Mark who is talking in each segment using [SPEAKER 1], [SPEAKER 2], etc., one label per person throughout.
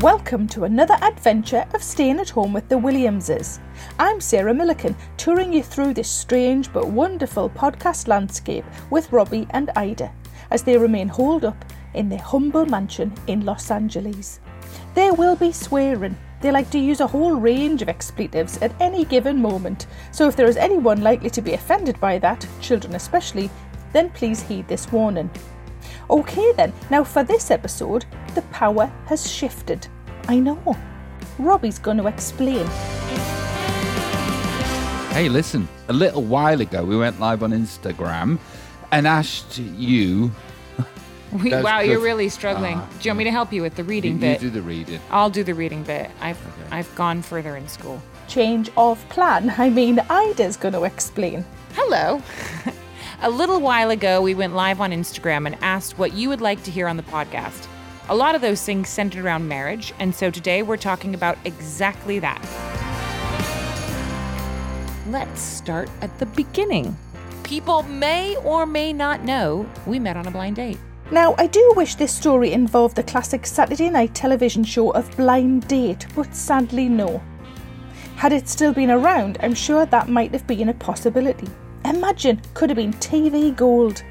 [SPEAKER 1] Welcome to another adventure of staying at home with the Williamses. I'm Sarah Milliken, touring you through this strange but wonderful podcast landscape with Robbie and Ida as they remain holed up in their humble mansion in Los Angeles. There will be swearing. They like to use a whole range of expletives at any given moment, so if there is anyone likely to be offended by that, children especially, then please heed this warning. Okay then, now for this episode, the power has shifted. I know. Robbie's going to explain.
[SPEAKER 2] Hey, listen, a little while ago we went live on Instagram and asked you.
[SPEAKER 3] We,
[SPEAKER 2] That's
[SPEAKER 3] wow, you're
[SPEAKER 2] good.
[SPEAKER 3] really struggling.
[SPEAKER 2] Ah.
[SPEAKER 3] do you want me to help you with the reading
[SPEAKER 2] You, you
[SPEAKER 3] bit?
[SPEAKER 2] do the reading.
[SPEAKER 3] I'll do the reading bit. I've I've gone further in school.
[SPEAKER 1] Change of plan. I mean, Ida's going to explain.
[SPEAKER 3] Hello. a little while ago, we went live on Instagram and asked what you would like to hear on the podcast. A lot of those things centered around marriage, and so today we're talking about exactly that. Let's start at the beginning. People may or may not know we met on a blind date.
[SPEAKER 1] Now, I do wish this story involved the classic Saturday night television show of Blind Date, but sadly, no. Had it still been around, I'm sure that might have been a possibility. Imagine, could have been TV gold.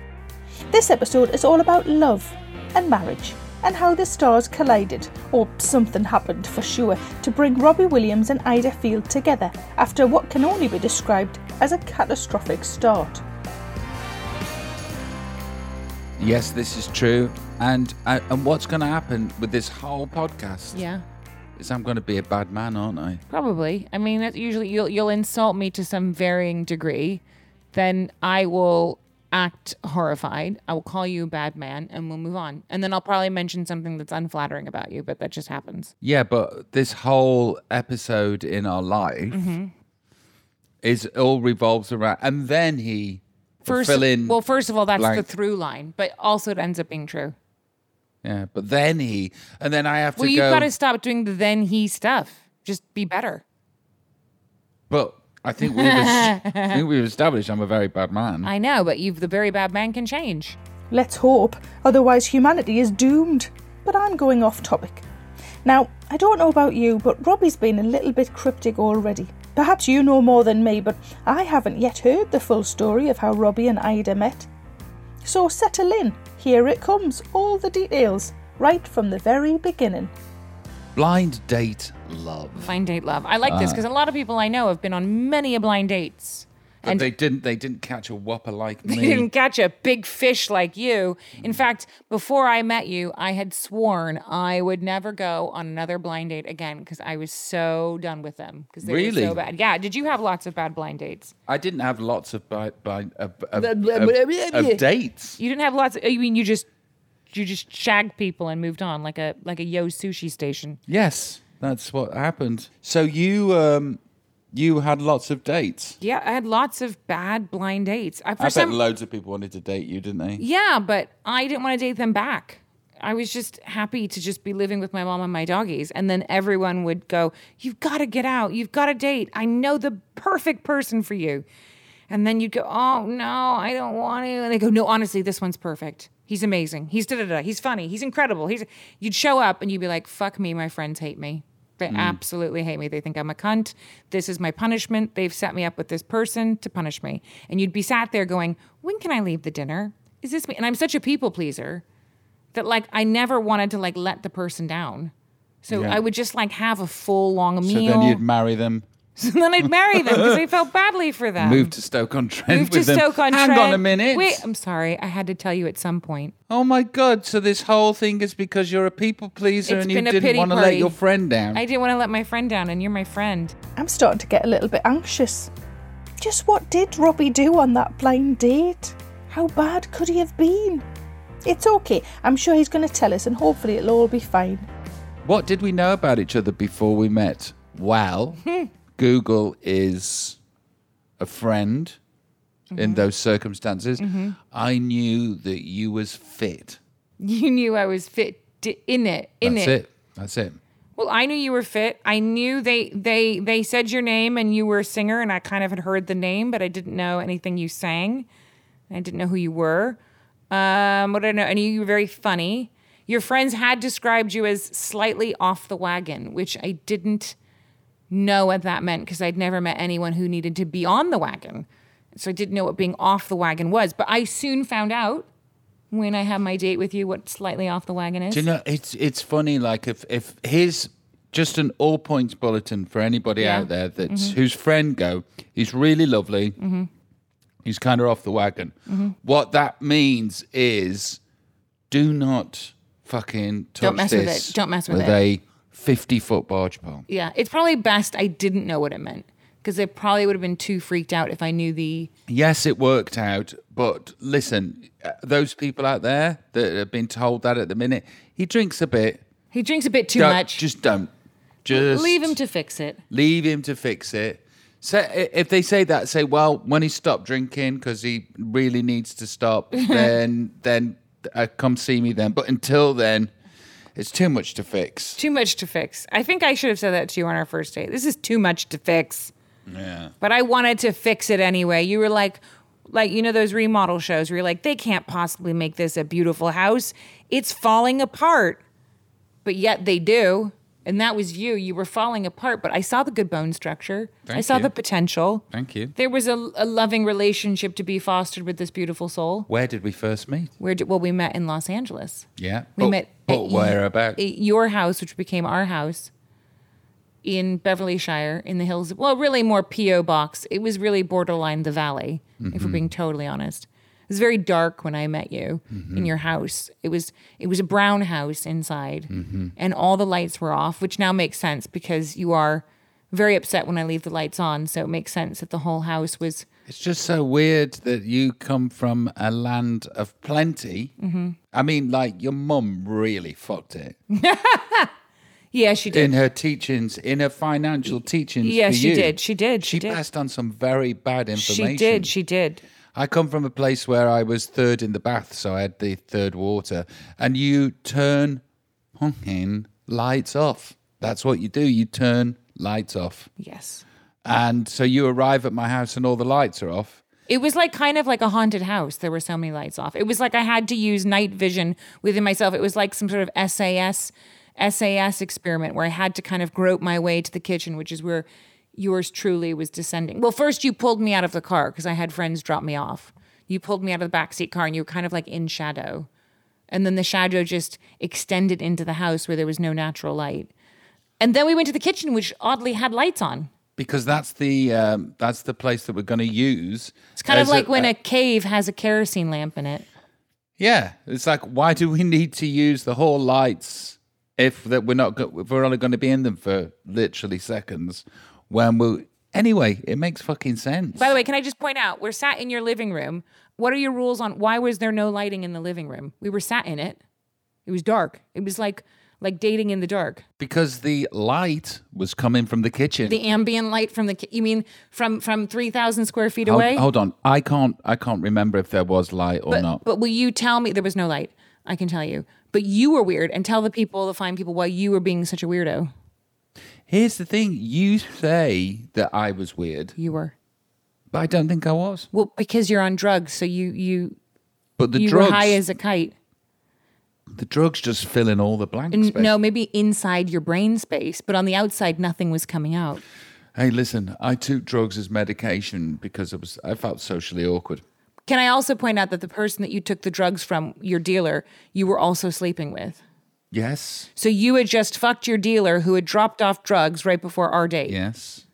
[SPEAKER 1] This episode is all about love and marriage and how the stars collided, or something happened for sure, to bring Robbie Williams and Ida Field together after what can only be described as a catastrophic start.
[SPEAKER 2] Yes, this is true. And I, and what's going to happen with this whole podcast
[SPEAKER 3] Yeah.
[SPEAKER 2] is I'm going to be a bad man, aren't I?
[SPEAKER 3] Probably. I mean, that's usually you'll you'll insult me to some varying degree, then I will act horrified. I will call you a bad man, and we'll move on. And then I'll probably mention something that's unflattering about you, but that just happens.
[SPEAKER 2] Yeah, but this whole episode in our life
[SPEAKER 3] Mm-hmm.
[SPEAKER 2] is all revolves around. And then he
[SPEAKER 3] First,
[SPEAKER 2] fill in.
[SPEAKER 3] well, first of all, that's
[SPEAKER 2] blank.
[SPEAKER 3] the through line, but also it ends up being true.
[SPEAKER 2] yeah, but then he, and then I have to
[SPEAKER 3] Well, you've
[SPEAKER 2] go.
[SPEAKER 3] got to stop doing the then he stuff. Just be better.
[SPEAKER 2] But I think we've, es- I think we've established I'm a very bad man.
[SPEAKER 3] I know, but you've the very bad man can change.
[SPEAKER 1] Let's hope, otherwise, humanity is doomed. But I'm going off topic. Now, I don't know about you, but Robbie's been a little bit cryptic already. Perhaps you know more than me, but I haven't yet heard the full story of how Robbie and Ida met. So settle in. Here it comes, all the details, right from the very beginning.
[SPEAKER 2] Blind date love.
[SPEAKER 3] Blind date love. I like this
[SPEAKER 2] Ah.
[SPEAKER 3] because a lot of people I know have been on many a blind dates.
[SPEAKER 2] But they didn't. They didn't catch a whopper like
[SPEAKER 3] They
[SPEAKER 2] me.
[SPEAKER 3] didn't catch a big fish like you. In fact, before I met you, I had sworn I would never go on another blind date again because I was so done with them because they were
[SPEAKER 2] Really?
[SPEAKER 3] so bad. Yeah. Did you have lots of bad blind dates?
[SPEAKER 2] I didn't have lots of by, by, of, of, of- of dates.
[SPEAKER 3] You didn't have lots. Of, you mean you just you just shagged people and moved on like a like a yo sushi station?
[SPEAKER 2] Yes, that's what happened. So you um, you had lots of dates.
[SPEAKER 3] Yeah, I had lots of bad blind dates. I, for
[SPEAKER 2] I bet
[SPEAKER 3] some,
[SPEAKER 2] loads of people wanted to date you, didn't they?
[SPEAKER 3] Yeah, but I didn't want to date them back. I was just happy to just be living with my mom and my doggies. And then everyone would go, You've got to get out. You've got to date. I know the perfect person for you. And then you'd go, Oh, no, I don't want to. And they go, No, honestly, this one's perfect. He's amazing. He's da da da. He's funny. He's incredible. He's. You'd show up and you'd be like, Fuck me. My friends hate me. They absolutely hate me. They think I'm a cunt. This is my punishment. They've set me up with this person to punish me. And you'd be sat there going, When can I leave the dinner? Is this me? And I'm such a people pleaser that like I never wanted to like let the person down. So
[SPEAKER 2] Yeah.
[SPEAKER 3] I would just like have a full long
[SPEAKER 2] So
[SPEAKER 3] meal.
[SPEAKER 2] then you'd marry them,
[SPEAKER 3] So then I'd marry them because I felt badly for them.
[SPEAKER 2] move to Stoke on Trent
[SPEAKER 3] Move to
[SPEAKER 2] with them.
[SPEAKER 3] Stoke-on-Trent.
[SPEAKER 2] Hang on a minute.
[SPEAKER 3] Wait, I'm sorry. I had to tell you at some point.
[SPEAKER 2] Oh my God! So this whole thing is because you're a people pleaser
[SPEAKER 3] It's
[SPEAKER 2] and you
[SPEAKER 3] been a
[SPEAKER 2] didn't
[SPEAKER 3] pity
[SPEAKER 2] want to let
[SPEAKER 3] party.
[SPEAKER 2] your friend down.
[SPEAKER 3] I didn't want to let my friend down, and you're my friend.
[SPEAKER 1] I'm starting to get a little bit anxious. Just what did Robbie do on that blind date? How bad could he have been? It's okay, I'm sure he's going to tell us, and hopefully, it'll all be fine.
[SPEAKER 2] What did we know about each other before we met? Well,
[SPEAKER 3] Hmm.
[SPEAKER 2] Google is a friend
[SPEAKER 3] Mm-hmm.
[SPEAKER 2] in those circumstances. I knew that you was fit.
[SPEAKER 3] You knew I was fit to, in it. In
[SPEAKER 2] That's
[SPEAKER 3] it.
[SPEAKER 2] it. That's it.
[SPEAKER 3] Well, I knew you were fit. I knew they they they said your name and you were a singer, and I kind of had heard the name, but I didn't know anything you sang. I didn't know who you were. Um, what did I know? I knew you were very funny. Your friends had described you as slightly off the wagon, which I didn't know what that meant because I'd never met anyone who needed to be on the wagon. So I didn't know what being off the wagon was. But I soon found out when I had my date with you what slightly off the wagon is.
[SPEAKER 2] Do you know it's it's funny? Like if if here's just an all points bulletin for anybody
[SPEAKER 3] Yeah. Mm-hmm.
[SPEAKER 2] out there that's whose friend go, he's really lovely. He's kind of off the wagon.
[SPEAKER 3] Mm-hmm.
[SPEAKER 2] What that means is, do not fucking touch
[SPEAKER 3] Don't mess with
[SPEAKER 2] this
[SPEAKER 3] it. Don't mess with
[SPEAKER 2] with
[SPEAKER 3] it.
[SPEAKER 2] a fifty foot barge pole.
[SPEAKER 3] yeah, it's probably best I didn't know what it meant because I probably would have been too freaked out if I knew the.
[SPEAKER 2] Yes, it worked out, but listen, uh, those people out there that have been told that at the minute, he drinks a bit.
[SPEAKER 3] He drinks a bit too
[SPEAKER 2] Don't-
[SPEAKER 3] much.
[SPEAKER 2] Just don't. Just
[SPEAKER 3] Leave him to fix it.
[SPEAKER 2] Leave him to fix it. Say, if they say that, say, well, when he stopped drinking because he really needs to stop, then then uh, come see me then. But until then, it's too much to fix.
[SPEAKER 3] Too much to fix. I think I should have said that to you on our first date. This is too much to fix.
[SPEAKER 2] Yeah.
[SPEAKER 3] But I wanted to fix it anyway. You were like, like you know those remodel shows where you're like, they can't possibly make this a beautiful house. It's falling apart, but yet they do. And that was you. You were falling apart, but I saw the good bone structure. I
[SPEAKER 2] Thank
[SPEAKER 3] saw
[SPEAKER 2] you.
[SPEAKER 3] the potential.
[SPEAKER 2] Thank you.
[SPEAKER 3] There was a, a loving relationship to be fostered with this beautiful soul.
[SPEAKER 2] Where did we first meet?
[SPEAKER 3] Where did, well, we met in Los Angeles.
[SPEAKER 2] Yeah.
[SPEAKER 3] We
[SPEAKER 2] but,
[SPEAKER 3] met.
[SPEAKER 2] But
[SPEAKER 3] at E
[SPEAKER 2] where
[SPEAKER 3] y-
[SPEAKER 2] about?
[SPEAKER 3] At your house, which became our house in Beverly Shire in the hills. Well, really more P.O. box. It was really borderline the valley, if we're being totally honest. It was very dark when I met you in your house. It was it was a brown house inside, and all the lights were off, which now makes sense because you are very upset when I leave the lights on. So it makes sense that the whole house was
[SPEAKER 2] It's just so weird that you come from a land of plenty.
[SPEAKER 3] Mm-hmm.
[SPEAKER 2] I mean, like your mum really fucked it
[SPEAKER 3] yeah. She did.
[SPEAKER 2] in her teachings, in her financial teachings.
[SPEAKER 3] Yeah,
[SPEAKER 2] for
[SPEAKER 3] she
[SPEAKER 2] you.
[SPEAKER 3] did. She did. She
[SPEAKER 2] She,
[SPEAKER 3] did.
[SPEAKER 2] passed on some very bad information.
[SPEAKER 3] She did. She did.
[SPEAKER 2] I come from a place where I was third in the bath, so I had the third water. And you turn fucking lights off. That's what you do. You turn lights off.
[SPEAKER 3] Yes.
[SPEAKER 2] And so you arrive at my house and all the lights are off.
[SPEAKER 3] It was like kind of like a haunted house. There were so many lights off. It was like I had to use night vision within myself. It was like some sort of SAS SAS experiment where I had to kind of grope my way to the kitchen, which is where yours truly was descending. Well, first you pulled me out of the car because I had friends drop me off. You pulled me out of the backseat car and you were kind of like in shadow. And then the shadow just extended into the house where there was no natural light. And then we went to the kitchen, which oddly had lights on.
[SPEAKER 2] Because that's the um, that's the place that we're going to use.
[SPEAKER 3] It's kind of like when a cave has a kerosene lamp in it.
[SPEAKER 2] yeah. It's like why do we need to use the whole lights if that we're not go- if we're only going to be in them for literally seconds when we anyway it makes fucking sense.
[SPEAKER 3] By the way, can I just point out we're sat in your living room. What are your rules on why was there no lighting in the living room? We were sat in it. It was dark. It was like like dating in the dark.
[SPEAKER 2] Because the light was coming from the kitchen.
[SPEAKER 3] The ambient light from the ki- you mean from from 3000 square feet
[SPEAKER 2] hold,
[SPEAKER 3] away?
[SPEAKER 2] hold on, I can't. I can't remember if there was light or not.
[SPEAKER 3] But will you tell me there was no light? I can tell you. But you were weird and tell the people, the fine people why you were being such a weirdo.
[SPEAKER 2] Here's the thing: you say that I was weird,
[SPEAKER 3] You were.
[SPEAKER 2] but I don't think I was.
[SPEAKER 3] Well, because you're on drugs, so you you
[SPEAKER 2] But the
[SPEAKER 3] you
[SPEAKER 2] drugs,
[SPEAKER 3] were high as a kite.
[SPEAKER 2] the drugs just fill in all the blanks.
[SPEAKER 3] N-
[SPEAKER 2] babe.
[SPEAKER 3] No, maybe inside your brain space, but on the outside nothing was coming out.
[SPEAKER 2] Hey, listen, I took drugs as medication because I was I felt socially awkward.
[SPEAKER 3] Can I also point out that the person that you took the drugs from, your dealer, you were also sleeping with?
[SPEAKER 2] Yes,
[SPEAKER 3] So you had just fucked your dealer who had dropped off drugs right before our date.
[SPEAKER 2] yes.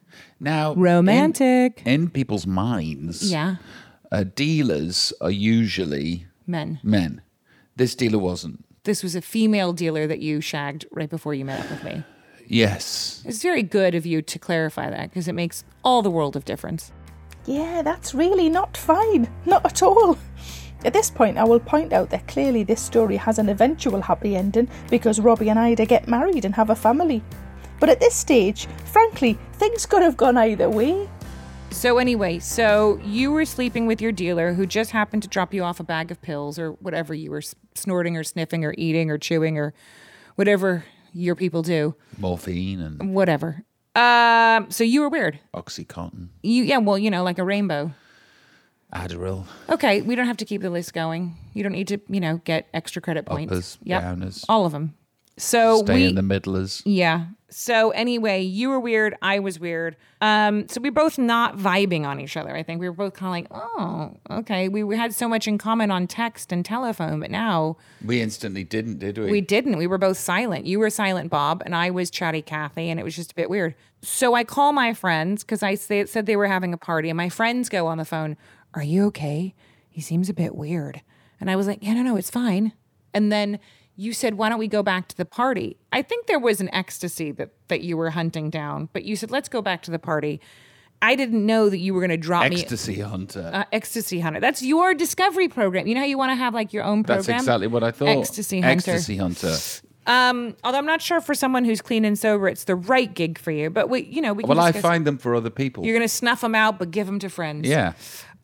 [SPEAKER 2] Now, in-
[SPEAKER 3] Romantic.
[SPEAKER 2] in, people's minds,
[SPEAKER 3] yeah.
[SPEAKER 2] uh, dealers are usually
[SPEAKER 3] Men.
[SPEAKER 2] men. This dealer wasn't.
[SPEAKER 3] This was a female dealer that you shagged right before you met up with me.
[SPEAKER 2] Yes,
[SPEAKER 3] It's very good of you to clarify that because it makes all the world of difference.
[SPEAKER 1] Yeah, that's really not fine. Not at all. At this point, I will point out that clearly this story has an eventual happy ending because Robbie and Ida get married and have a family. But at this stage, frankly, things could have gone either way.
[SPEAKER 3] So, anyway, so you were sleeping with your dealer who just happened to drop you off a bag of pills or whatever you were s- snorting or sniffing or eating or chewing or whatever your people do.
[SPEAKER 2] morphine and
[SPEAKER 3] whatever. Um, so you were weird.
[SPEAKER 2] oxycontin.
[SPEAKER 3] You yeah, well, you know, like a rainbow.
[SPEAKER 2] Adderall,
[SPEAKER 3] Okay, we don't have to keep the list going. You don't need to, you know, get extra credit points.
[SPEAKER 2] uppers, downers,
[SPEAKER 3] All of them. So
[SPEAKER 2] stay
[SPEAKER 3] we
[SPEAKER 2] in the middlers.
[SPEAKER 3] Yeah. So anyway, you were weird, I was weird. Um, so we both not vibing on each other. I think we were both kind of like, oh, okay. We, we had so much in common on text and telephone, but now
[SPEAKER 2] We instantly didn't, did we?
[SPEAKER 3] we didn't. We were both silent. You were silent, Bob, and I was chatty Kathy, and it was just a bit weird. So I call my friends because I say, said they were having a party, and my friends go on the phone, Are you okay? He seems a bit weird. And I was like, Yeah, no, no, it's fine. And then you said, Why don't we go back to the party? I think there was an ecstasy that, that you were hunting down, but you said, Let's go back to the party. I didn't know that you were going to drop me.
[SPEAKER 2] Ecstasy hunter.
[SPEAKER 3] Uh, ecstasy hunter that's your discovery program you know how you want to have like your own program
[SPEAKER 2] That's exactly what I thought.
[SPEAKER 3] ecstasy hunter
[SPEAKER 2] Ecstasy hunter.
[SPEAKER 3] um, although I'm not sure for someone who's clean and sober, it's the right gig for you. But we, you know, we can
[SPEAKER 2] Well, I
[SPEAKER 3] discuss-
[SPEAKER 2] find them for other people.
[SPEAKER 3] you're going to snuff them out, but give them to friends.
[SPEAKER 2] yeah.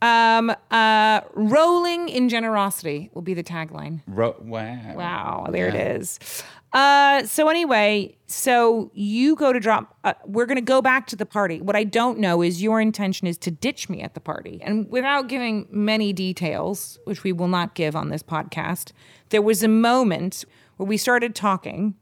[SPEAKER 3] Um, uh, rolling in generosity will be the tagline.
[SPEAKER 2] Ro- wow.
[SPEAKER 3] Wow, there it is. Uh, so anyway, so you go to drop. Uh, we're going to go back to the party. What I don't know is your intention is to ditch me at the party, and without giving many details, which we will not give on this podcast, there was a moment where we started talking,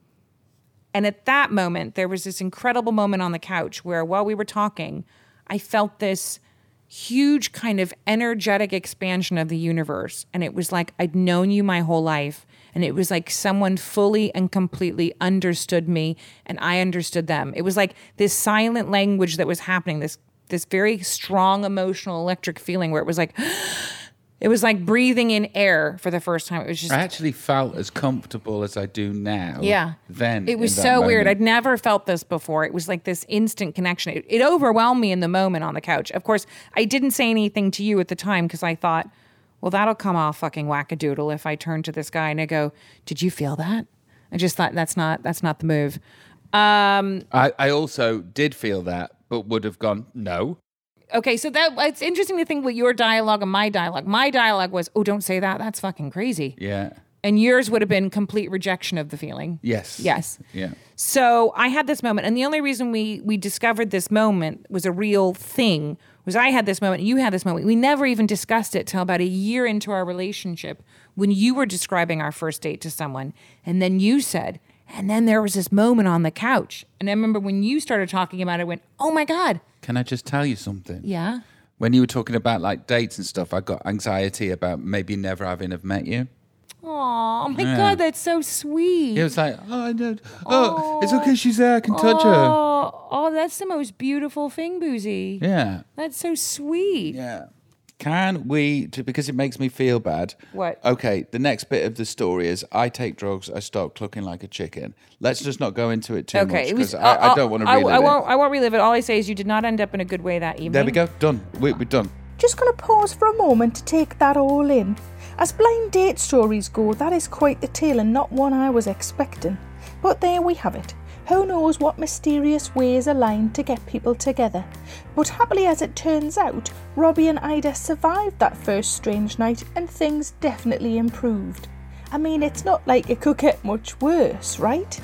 [SPEAKER 3] and at that moment, there was this incredible moment on the couch where, while we were talking, I felt this huge kind of energetic expansion of the universe. And it was like I'd known you my whole life. And it was like someone fully and completely understood me, and I understood them. It was like this silent language that was happening, this this very strong emotional electric feeling where it was like it was like breathing in air for the first time. It was just
[SPEAKER 2] I actually felt as comfortable as I do now.
[SPEAKER 3] yeah.
[SPEAKER 2] Then
[SPEAKER 3] it
[SPEAKER 2] in
[SPEAKER 3] was
[SPEAKER 2] that
[SPEAKER 3] so weird.
[SPEAKER 2] moment.
[SPEAKER 3] I'd never felt this before. It was like this instant connection. It, it overwhelmed me in the moment on the couch. Of course, I didn't say anything to you at the time because I thought, well, that'll come off fucking wackadoodle if I turn to this guy and I go, "Did you feel that?" I just thought that's not that's not the move. Um,
[SPEAKER 2] I, I also did feel that, but would have gone no.
[SPEAKER 3] okay, so that it's interesting to think with your dialogue and my dialogue. My dialogue was, "Oh, don't say that. That's fucking crazy,"
[SPEAKER 2] Yeah.
[SPEAKER 3] and yours would have been complete rejection of the feeling.
[SPEAKER 2] Yes.
[SPEAKER 3] Yes.
[SPEAKER 2] Yeah.
[SPEAKER 3] So I had this moment, and the only reason we we discovered this moment was a real thing. Was I had this moment, you had this moment. We never even discussed it till about a year into our relationship when you were describing our first date to someone, and then you said, and then there was this moment on the couch, and I remember when you started talking about it, I went, oh my god,
[SPEAKER 2] Can I just tell you something?
[SPEAKER 3] yeah,
[SPEAKER 2] When you were talking about like dates and stuff, I got anxiety about maybe never having have met you.
[SPEAKER 3] Aw, oh my god, that's so sweet.
[SPEAKER 2] It was like, oh, I know. Oh, it's okay. She's there. I can touch her.
[SPEAKER 3] Oh, oh, that's the most beautiful thing, Boozy.
[SPEAKER 2] Yeah.
[SPEAKER 3] That's so sweet.
[SPEAKER 2] Yeah. Can we, t- because it makes me feel bad.
[SPEAKER 3] What?
[SPEAKER 2] Okay, the next bit of the story is I take drugs, I start clucking like a chicken. Let's just not go into it too much
[SPEAKER 3] it
[SPEAKER 2] because I, I don't want to
[SPEAKER 3] I,
[SPEAKER 2] relive
[SPEAKER 3] I won't.
[SPEAKER 2] it.
[SPEAKER 3] I won't relive it. All I say is you did not end up in a good way that evening.
[SPEAKER 2] There we go, done. We, we're done.
[SPEAKER 1] Just going to pause for a moment to take that all in. As blind date stories go, that is quite the tale and not one I was expecting. But there we have it. Who knows what mysterious ways are lined to get people together? But happily as it turns out, Robbie and Ida survived that first strange night and things definitely improved. I mean, it's not like it could get much worse, right?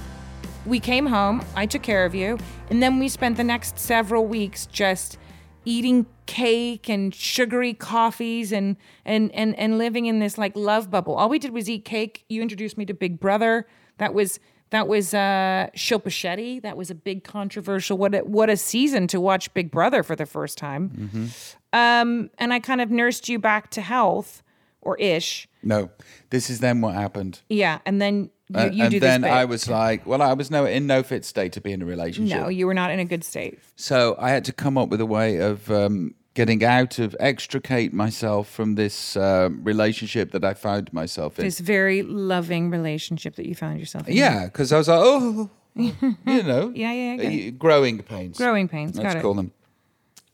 [SPEAKER 3] We came home. I took care of you, and then we spent the next several weeks just eating cake and sugary coffees and and and and living in this like love bubble. All we did was eat cake. You introduced me to Big Brother. That was. That was uh, Shilpa Shetty. That was a big controversial. What a, what a season to watch Big Brother for the first time.
[SPEAKER 2] Mm-hmm.
[SPEAKER 3] Um, and I kind of nursed you back to health or ish.
[SPEAKER 2] No, this is then what happened.
[SPEAKER 3] Yeah, and then you,
[SPEAKER 2] Uh,
[SPEAKER 3] you
[SPEAKER 2] and
[SPEAKER 3] do
[SPEAKER 2] then
[SPEAKER 3] this. Bit.
[SPEAKER 2] I was like, well, I was no in no fit state to be in a relationship.
[SPEAKER 3] no, you were not in a good state.
[SPEAKER 2] So I had to come up with a way of um, getting out of, extricate myself from this um, relationship that I found myself in.
[SPEAKER 3] This very loving relationship that you found yourself in.
[SPEAKER 2] Yeah, because I was like, oh, you know,
[SPEAKER 3] Yeah, yeah, I get
[SPEAKER 2] uh, growing pains.
[SPEAKER 3] growing pains.
[SPEAKER 2] Let's
[SPEAKER 3] Got it.
[SPEAKER 2] call them.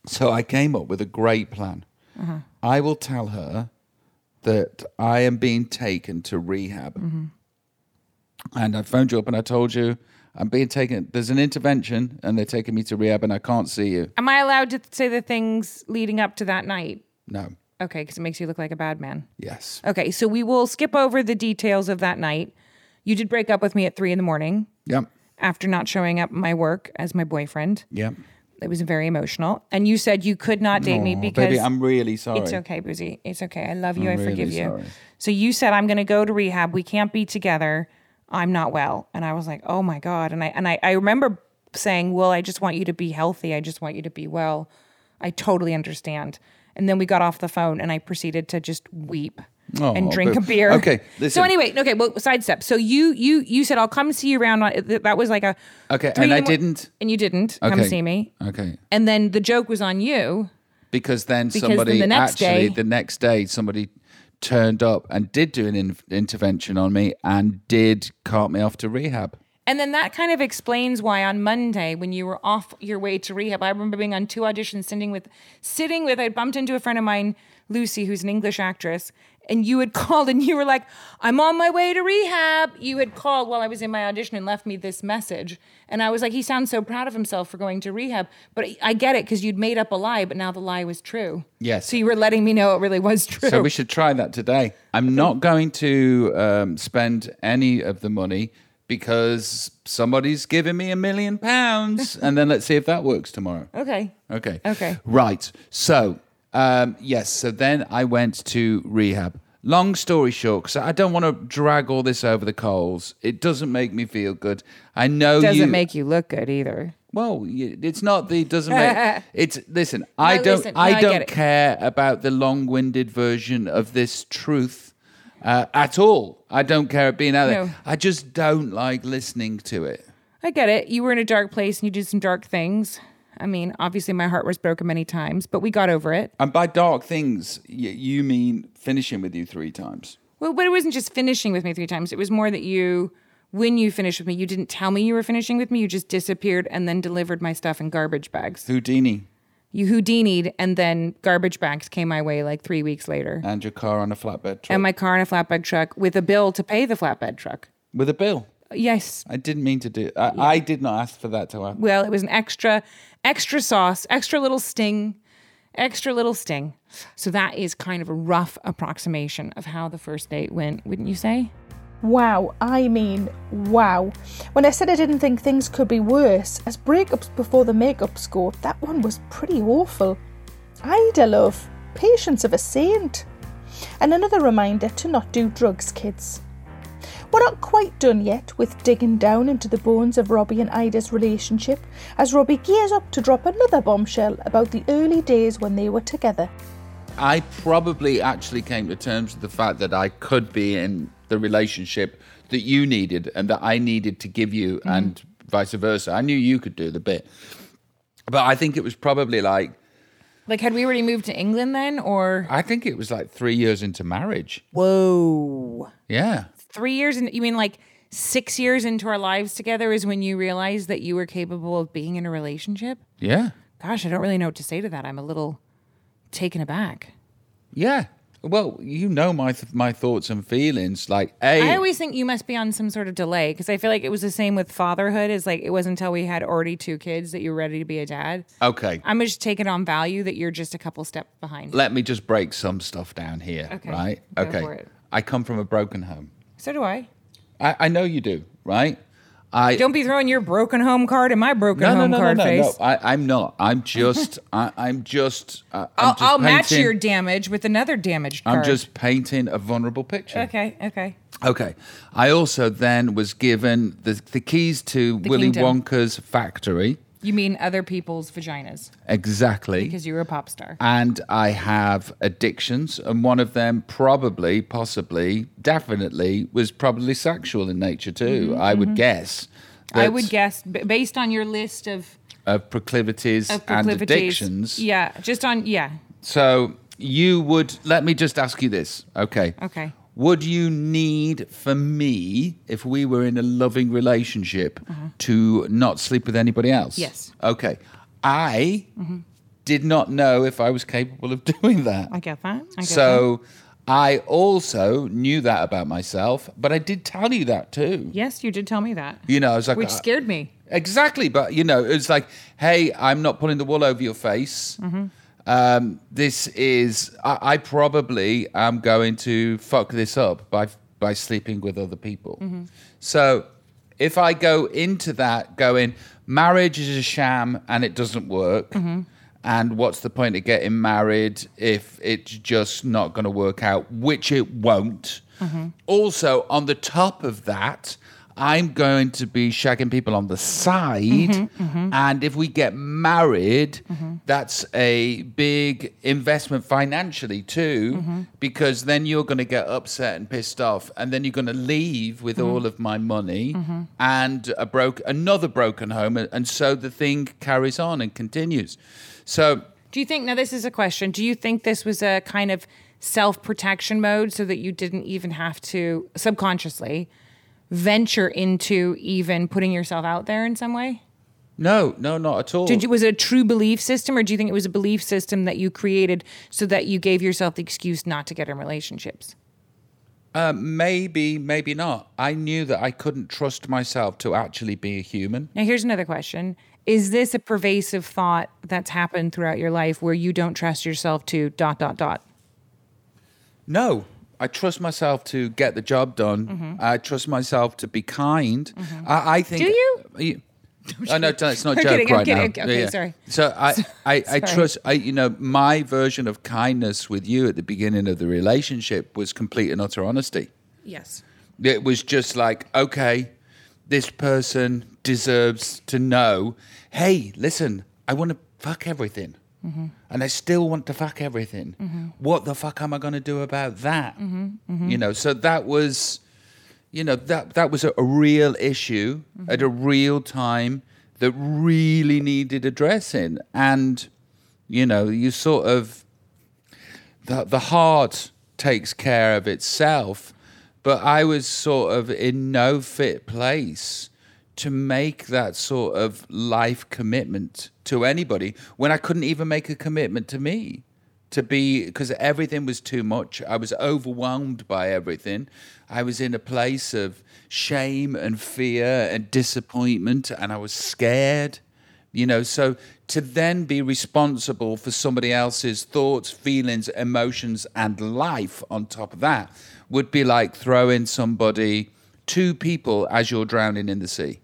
[SPEAKER 2] So I came up with a great plan.
[SPEAKER 3] Uh-huh.
[SPEAKER 2] I will tell her that I am being taken to rehab,
[SPEAKER 3] Mm-hmm.
[SPEAKER 2] and I phoned you up and I told you I'm being taken. There's an intervention, and they're taking me to rehab, and I can't see you.
[SPEAKER 3] Am I allowed to say the things leading up to that night?
[SPEAKER 2] No.
[SPEAKER 3] Okay, because it makes you look like a bad man.
[SPEAKER 2] Yes.
[SPEAKER 3] Okay, so we will skip over the details of that night. You did break up with me at three in the morning
[SPEAKER 2] Yep.
[SPEAKER 3] after not showing up at my work as my boyfriend.
[SPEAKER 2] Yep.
[SPEAKER 3] It was very emotional. And you said you could not date me
[SPEAKER 2] Oh,
[SPEAKER 3] because
[SPEAKER 2] baby, I'm really sorry.
[SPEAKER 3] it's okay, Boozy. It's okay. I love you. i
[SPEAKER 2] I'm really
[SPEAKER 3] forgive you.
[SPEAKER 2] sorry.
[SPEAKER 3] So you said I'm going to go to rehab. We can't be together. I'm not well. And I was like, "Oh my god." And I and I I remember saying, "Well, I just want you to be healthy. I just want you to be well. I totally understand." And then we got off the phone and I proceeded to just weep
[SPEAKER 2] Oh,
[SPEAKER 3] and drink
[SPEAKER 2] boo.
[SPEAKER 3] a beer.
[SPEAKER 2] Okay,
[SPEAKER 3] So
[SPEAKER 2] listen.
[SPEAKER 3] anyway, okay, well, sidestep. So you you you said I'll come see you around on that was like a
[SPEAKER 2] Okay,
[SPEAKER 3] three
[SPEAKER 2] and
[SPEAKER 3] in
[SPEAKER 2] I
[SPEAKER 3] the mor-
[SPEAKER 2] didn't.
[SPEAKER 3] And you didn't come
[SPEAKER 2] Okay.
[SPEAKER 3] see me.
[SPEAKER 2] Okay.
[SPEAKER 3] And then the joke was on you.
[SPEAKER 2] because then
[SPEAKER 3] then
[SPEAKER 2] somebody
[SPEAKER 3] the next
[SPEAKER 2] actually
[SPEAKER 3] day-
[SPEAKER 2] the next day somebody turned up and did do an in- intervention on me and did cart me off to rehab.
[SPEAKER 3] And then that kind of explains why on Monday, when you were off your way to rehab, I remember being on two auditions, sitting with, sitting with, I bumped into a friend of mine, Lucy, who's an English actress, and you had called and you were like, "I'm on my way to rehab." You had called while I was in my audition and left me this message, and I was like, "He sounds so proud of himself for going to rehab," but I- I get it because you'd made up a lie, but now the lie was true.
[SPEAKER 2] Yes.
[SPEAKER 3] So you were letting me know it really was true.
[SPEAKER 2] So we should try that today. I'm not going to um, spend any of the money because somebody's giving me a million pounds, and then let's see if that works tomorrow.
[SPEAKER 3] okay.
[SPEAKER 2] Okay.
[SPEAKER 3] Okay.
[SPEAKER 2] Right. So, um, yes. So then I went to rehab. Long story short, because I don't want to drag all this over the coals. It doesn't make me feel good. I know
[SPEAKER 3] Doesn't
[SPEAKER 2] you.
[SPEAKER 3] make you look good either.
[SPEAKER 2] Well, y- it's not the doesn't make it's listen. I
[SPEAKER 3] No,
[SPEAKER 2] don't.
[SPEAKER 3] listen,
[SPEAKER 2] I
[SPEAKER 3] no, I
[SPEAKER 2] don't
[SPEAKER 3] get it.
[SPEAKER 2] care about the long-winded version of this truth uh, at all. I don't care it being out there.
[SPEAKER 3] No.
[SPEAKER 2] I just don't like listening to it.
[SPEAKER 3] I get it. You were in a dark place and you did some dark things. I mean, obviously, my heart was broken many times, but we got over it.
[SPEAKER 2] And by dark things, y- you mean finishing with you three times.
[SPEAKER 3] Well, but it wasn't just finishing with me three times. It was more that you, when you finished with me, you didn't tell me you were finishing with me. You just disappeared and then delivered my stuff in garbage bags.
[SPEAKER 2] Houdini
[SPEAKER 3] You Houdini'd, and then garbage bags came my way like three weeks later.
[SPEAKER 2] and your car on a flatbed truck
[SPEAKER 3] And my car in a flatbed truck with a bill to pay the flatbed truck.
[SPEAKER 2] with a bill.
[SPEAKER 3] Yes,
[SPEAKER 2] I didn't mean to do. I, I did not ask for that to happen.
[SPEAKER 3] Well, it was an extra, extra sauce, extra little sting, extra little sting. So that is kind of a rough approximation of how the first date went, wouldn't you say?
[SPEAKER 1] Wow, I mean, wow. When I said I didn't think things could be worse, as breakups before the makeups go, that one was pretty awful. Ida, love, patience of a saint. And another reminder to not do drugs, kids. We're not quite done yet with digging down into the bones of Robbie and Ida's relationship, as Robbie gears up to drop another bombshell about the early days when they were together.
[SPEAKER 2] I probably actually came to terms with the fact that I could be in the relationship that you needed and that I needed to give you,
[SPEAKER 3] Mm-hmm.
[SPEAKER 2] and vice versa. I knew you could do the bit, but I think it was probably like
[SPEAKER 3] Like, had we already moved to England then, or?
[SPEAKER 2] I think it was like three years into marriage.
[SPEAKER 3] Whoa.
[SPEAKER 2] Yeah,
[SPEAKER 3] Three years, in, you mean like six years into our lives together is when you realized that you were capable of being in a relationship?
[SPEAKER 2] yeah,
[SPEAKER 3] Gosh, I don't really know what to say to that. I'm a little taken aback.
[SPEAKER 2] yeah. Well, you know my th- my thoughts and feelings. Like, a
[SPEAKER 3] I always think you must be on some sort of delay because I feel like it was the same with fatherhood. Is like it wasn't until we had already two kids that you were ready to be a dad.
[SPEAKER 2] okay.
[SPEAKER 3] I'm just taking on value that you're just a couple steps behind.
[SPEAKER 2] Let me just break some stuff down here,
[SPEAKER 3] Okay,
[SPEAKER 2] right?
[SPEAKER 3] go for it.
[SPEAKER 2] I come from a broken home.
[SPEAKER 3] so do I.
[SPEAKER 2] I, I know you do, right? I
[SPEAKER 3] Don't be throwing your broken home card in my broken home card face.
[SPEAKER 2] I, I'm not. I'm just. I, I'm just. I, I'm
[SPEAKER 3] I'll,
[SPEAKER 2] just
[SPEAKER 3] I'll match
[SPEAKER 2] painting-
[SPEAKER 3] your damage with another damaged card.
[SPEAKER 2] I'm just painting a vulnerable picture.
[SPEAKER 3] okay. Okay.
[SPEAKER 2] Okay. I also then was given the the keys to Willy
[SPEAKER 3] kingdom.
[SPEAKER 2] Wonka's factory.
[SPEAKER 3] You mean other people's vaginas
[SPEAKER 2] Exactly.
[SPEAKER 3] because you were a pop star.
[SPEAKER 2] and I have addictions, and one of them probably, possibly, definitely was probably sexual in nature too. I would guess.
[SPEAKER 3] Mm-hmm, I
[SPEAKER 2] that-
[SPEAKER 3] would guess b- based on your list of,
[SPEAKER 2] of proclivities,
[SPEAKER 3] of
[SPEAKER 2] and
[SPEAKER 3] proclivities.
[SPEAKER 2] addictions.
[SPEAKER 3] Yeah. Just on. Yeah.
[SPEAKER 2] So you would let me just ask you this. Okay.
[SPEAKER 3] Okay.
[SPEAKER 2] Would you need for me if we were in a loving relationship to not sleep with anybody else?
[SPEAKER 3] Uh-huh. Yes. Mm-hmm.
[SPEAKER 2] Okay. I did not know if I was capable of doing that.
[SPEAKER 3] I get that. I get that.
[SPEAKER 2] so I also knew that about myself, but I did tell you that too.
[SPEAKER 3] yes, you did tell me that,
[SPEAKER 2] You know, I was like, uh,
[SPEAKER 3] which
[SPEAKER 2] I-
[SPEAKER 3] scared me.
[SPEAKER 2] Exactly, but you know, it's like, hey, I'm not pulling the wool over your face. Um, this is, I, I probably am going to fuck this up by by sleeping with other people. So if I go into that going, marriage is a sham and it doesn't work, and what's the point of getting married if it's just not going to work out, which it won't. Also, on the top of that, I'm going to be shagging people on the side. And if we get married, that's a big investment financially too,
[SPEAKER 3] Mm-hmm.
[SPEAKER 2] because then you're going to get upset and pissed off. And then you're going to leave with
[SPEAKER 3] Mm-hmm.
[SPEAKER 2] all of my money and a broke, another broken home. And- And so the thing carries on and continues. So,
[SPEAKER 3] Do you think now this is a question? Do you think this was a kind of self-protection mode so that you didn't even have to subconsciously venture into even putting yourself out there in some way?
[SPEAKER 2] no, no, not at all.
[SPEAKER 3] Did you, was it a true belief system, or do you think it was a belief system that you created so that you gave yourself the excuse not to get in relationships?
[SPEAKER 2] Uh, maybe, maybe not. I knew that I couldn't trust myself to actually be a human.
[SPEAKER 3] Now, here's another question: Is this a pervasive thought that's happened throughout your life where you don't trust yourself to dot dot dot?
[SPEAKER 2] No, I trust myself to get the job done. I trust myself to be kind. I, I think.
[SPEAKER 3] Mm-hmm. Do you?
[SPEAKER 2] you? Oh no, it's not a joke
[SPEAKER 3] I'm kidding, I'm
[SPEAKER 2] right
[SPEAKER 3] kidding.
[SPEAKER 2] now.
[SPEAKER 3] Okay, okay, sorry.
[SPEAKER 2] So I, I, I
[SPEAKER 3] Sorry.
[SPEAKER 2] trust. I, you know, my version of kindness with you at the beginning of the relationship was complete and utter honesty.
[SPEAKER 3] Yes.
[SPEAKER 2] It was just like, okay, this person deserves to know. Hey, listen, I want to fuck everything, and I still want to fuck everything. What the fuck am I going to do about that? You know, so that was, you know, that that was a, a real issue at a real time that really needed addressing, and you know, you sort of the the heart takes care of itself, but I was sort of in no fit place to make that sort of life commitment to anybody when I couldn't even make a commitment to me to be because everything was too much. I was overwhelmed by everything. I was in a place of shame and fear and disappointment and I was scared you know so to then be responsible for somebody else's thoughts feelings emotions and life on top of that would be like throwing somebody two people as you're drowning in the sea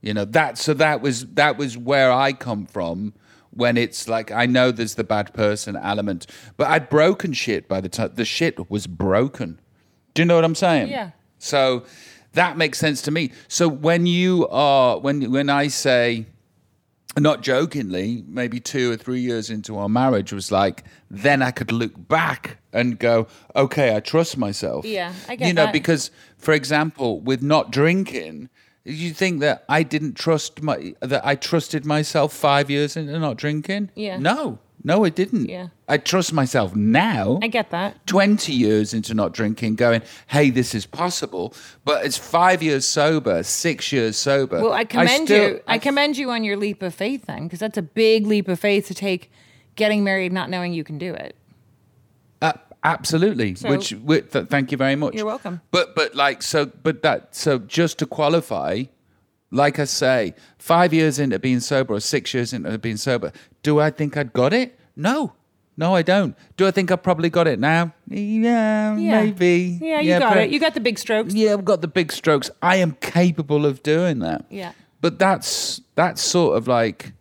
[SPEAKER 2] you know that so that was that was where i come from when it's like i know there's the bad person element but i'd broken shit by the time the shit was broken do you know what i'm saying
[SPEAKER 3] Yeah.
[SPEAKER 2] so that makes sense to me so when you are when when i say not jokingly, maybe two or three years into our marriage, was like, then I could look back and go, okay, I trust myself.
[SPEAKER 3] Yeah, I get
[SPEAKER 2] You know,
[SPEAKER 3] that.
[SPEAKER 2] because for example, with not drinking, you think that I didn't trust my that I trusted myself five years into not drinking?
[SPEAKER 3] Yeah.
[SPEAKER 2] No, no, I didn't.
[SPEAKER 3] Yeah.
[SPEAKER 2] I trust myself now.
[SPEAKER 3] I get that.
[SPEAKER 2] 20 years into not drinking, going, hey, this is possible. But it's five years sober, six years sober.
[SPEAKER 3] Well, I commend
[SPEAKER 2] still-
[SPEAKER 3] you. I commend you on your leap of faith then, because that's a big leap of faith to take. Getting married, not knowing you can do it.
[SPEAKER 2] Uh, absolutely.
[SPEAKER 3] So-
[SPEAKER 2] which, which th- thank you very much.
[SPEAKER 3] You're welcome.
[SPEAKER 2] But but like so but that so just to qualify, like I say, five years into being sober or six years into being sober, do I think I'd got it? No. No, I don't. Do I think I probably got it now? Yeah, maybe.
[SPEAKER 3] Yeah, you got
[SPEAKER 2] pro-
[SPEAKER 3] it. You got the big strokes.
[SPEAKER 2] yeah, I've got the big strokes. I am capable of doing that.
[SPEAKER 3] Yeah.
[SPEAKER 2] But that's that's sort of like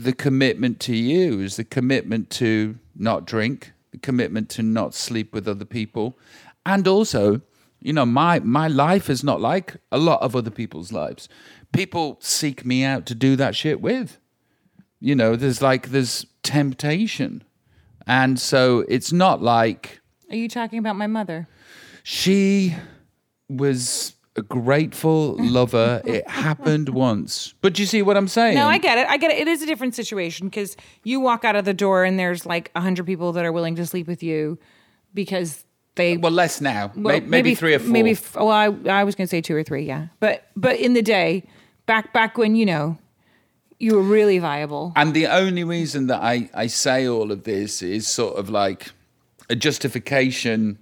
[SPEAKER 2] the commitment to you is the commitment to not drink, the commitment to not sleep with other people. And also, you know, my my life is not like a lot of other people's lives. People seek me out to do that shit with you know there's like there's temptation and so it's not like
[SPEAKER 3] Are you talking about my mother?
[SPEAKER 2] she was a grateful lover. it happened once. But do you see what I'm saying?
[SPEAKER 3] No, I get it. I get it. It is a different situation because you walk out of the door and there's like a hundred people that are willing to sleep with you because they
[SPEAKER 2] Well, less now. May-
[SPEAKER 3] well,
[SPEAKER 2] maybe, three or four.
[SPEAKER 3] Maybe f- well, I, I was going to say two or three. Yeah, but but in the day, back back when you know you were really viable.
[SPEAKER 2] And the only reason that I, I say all of this is sort of like a justification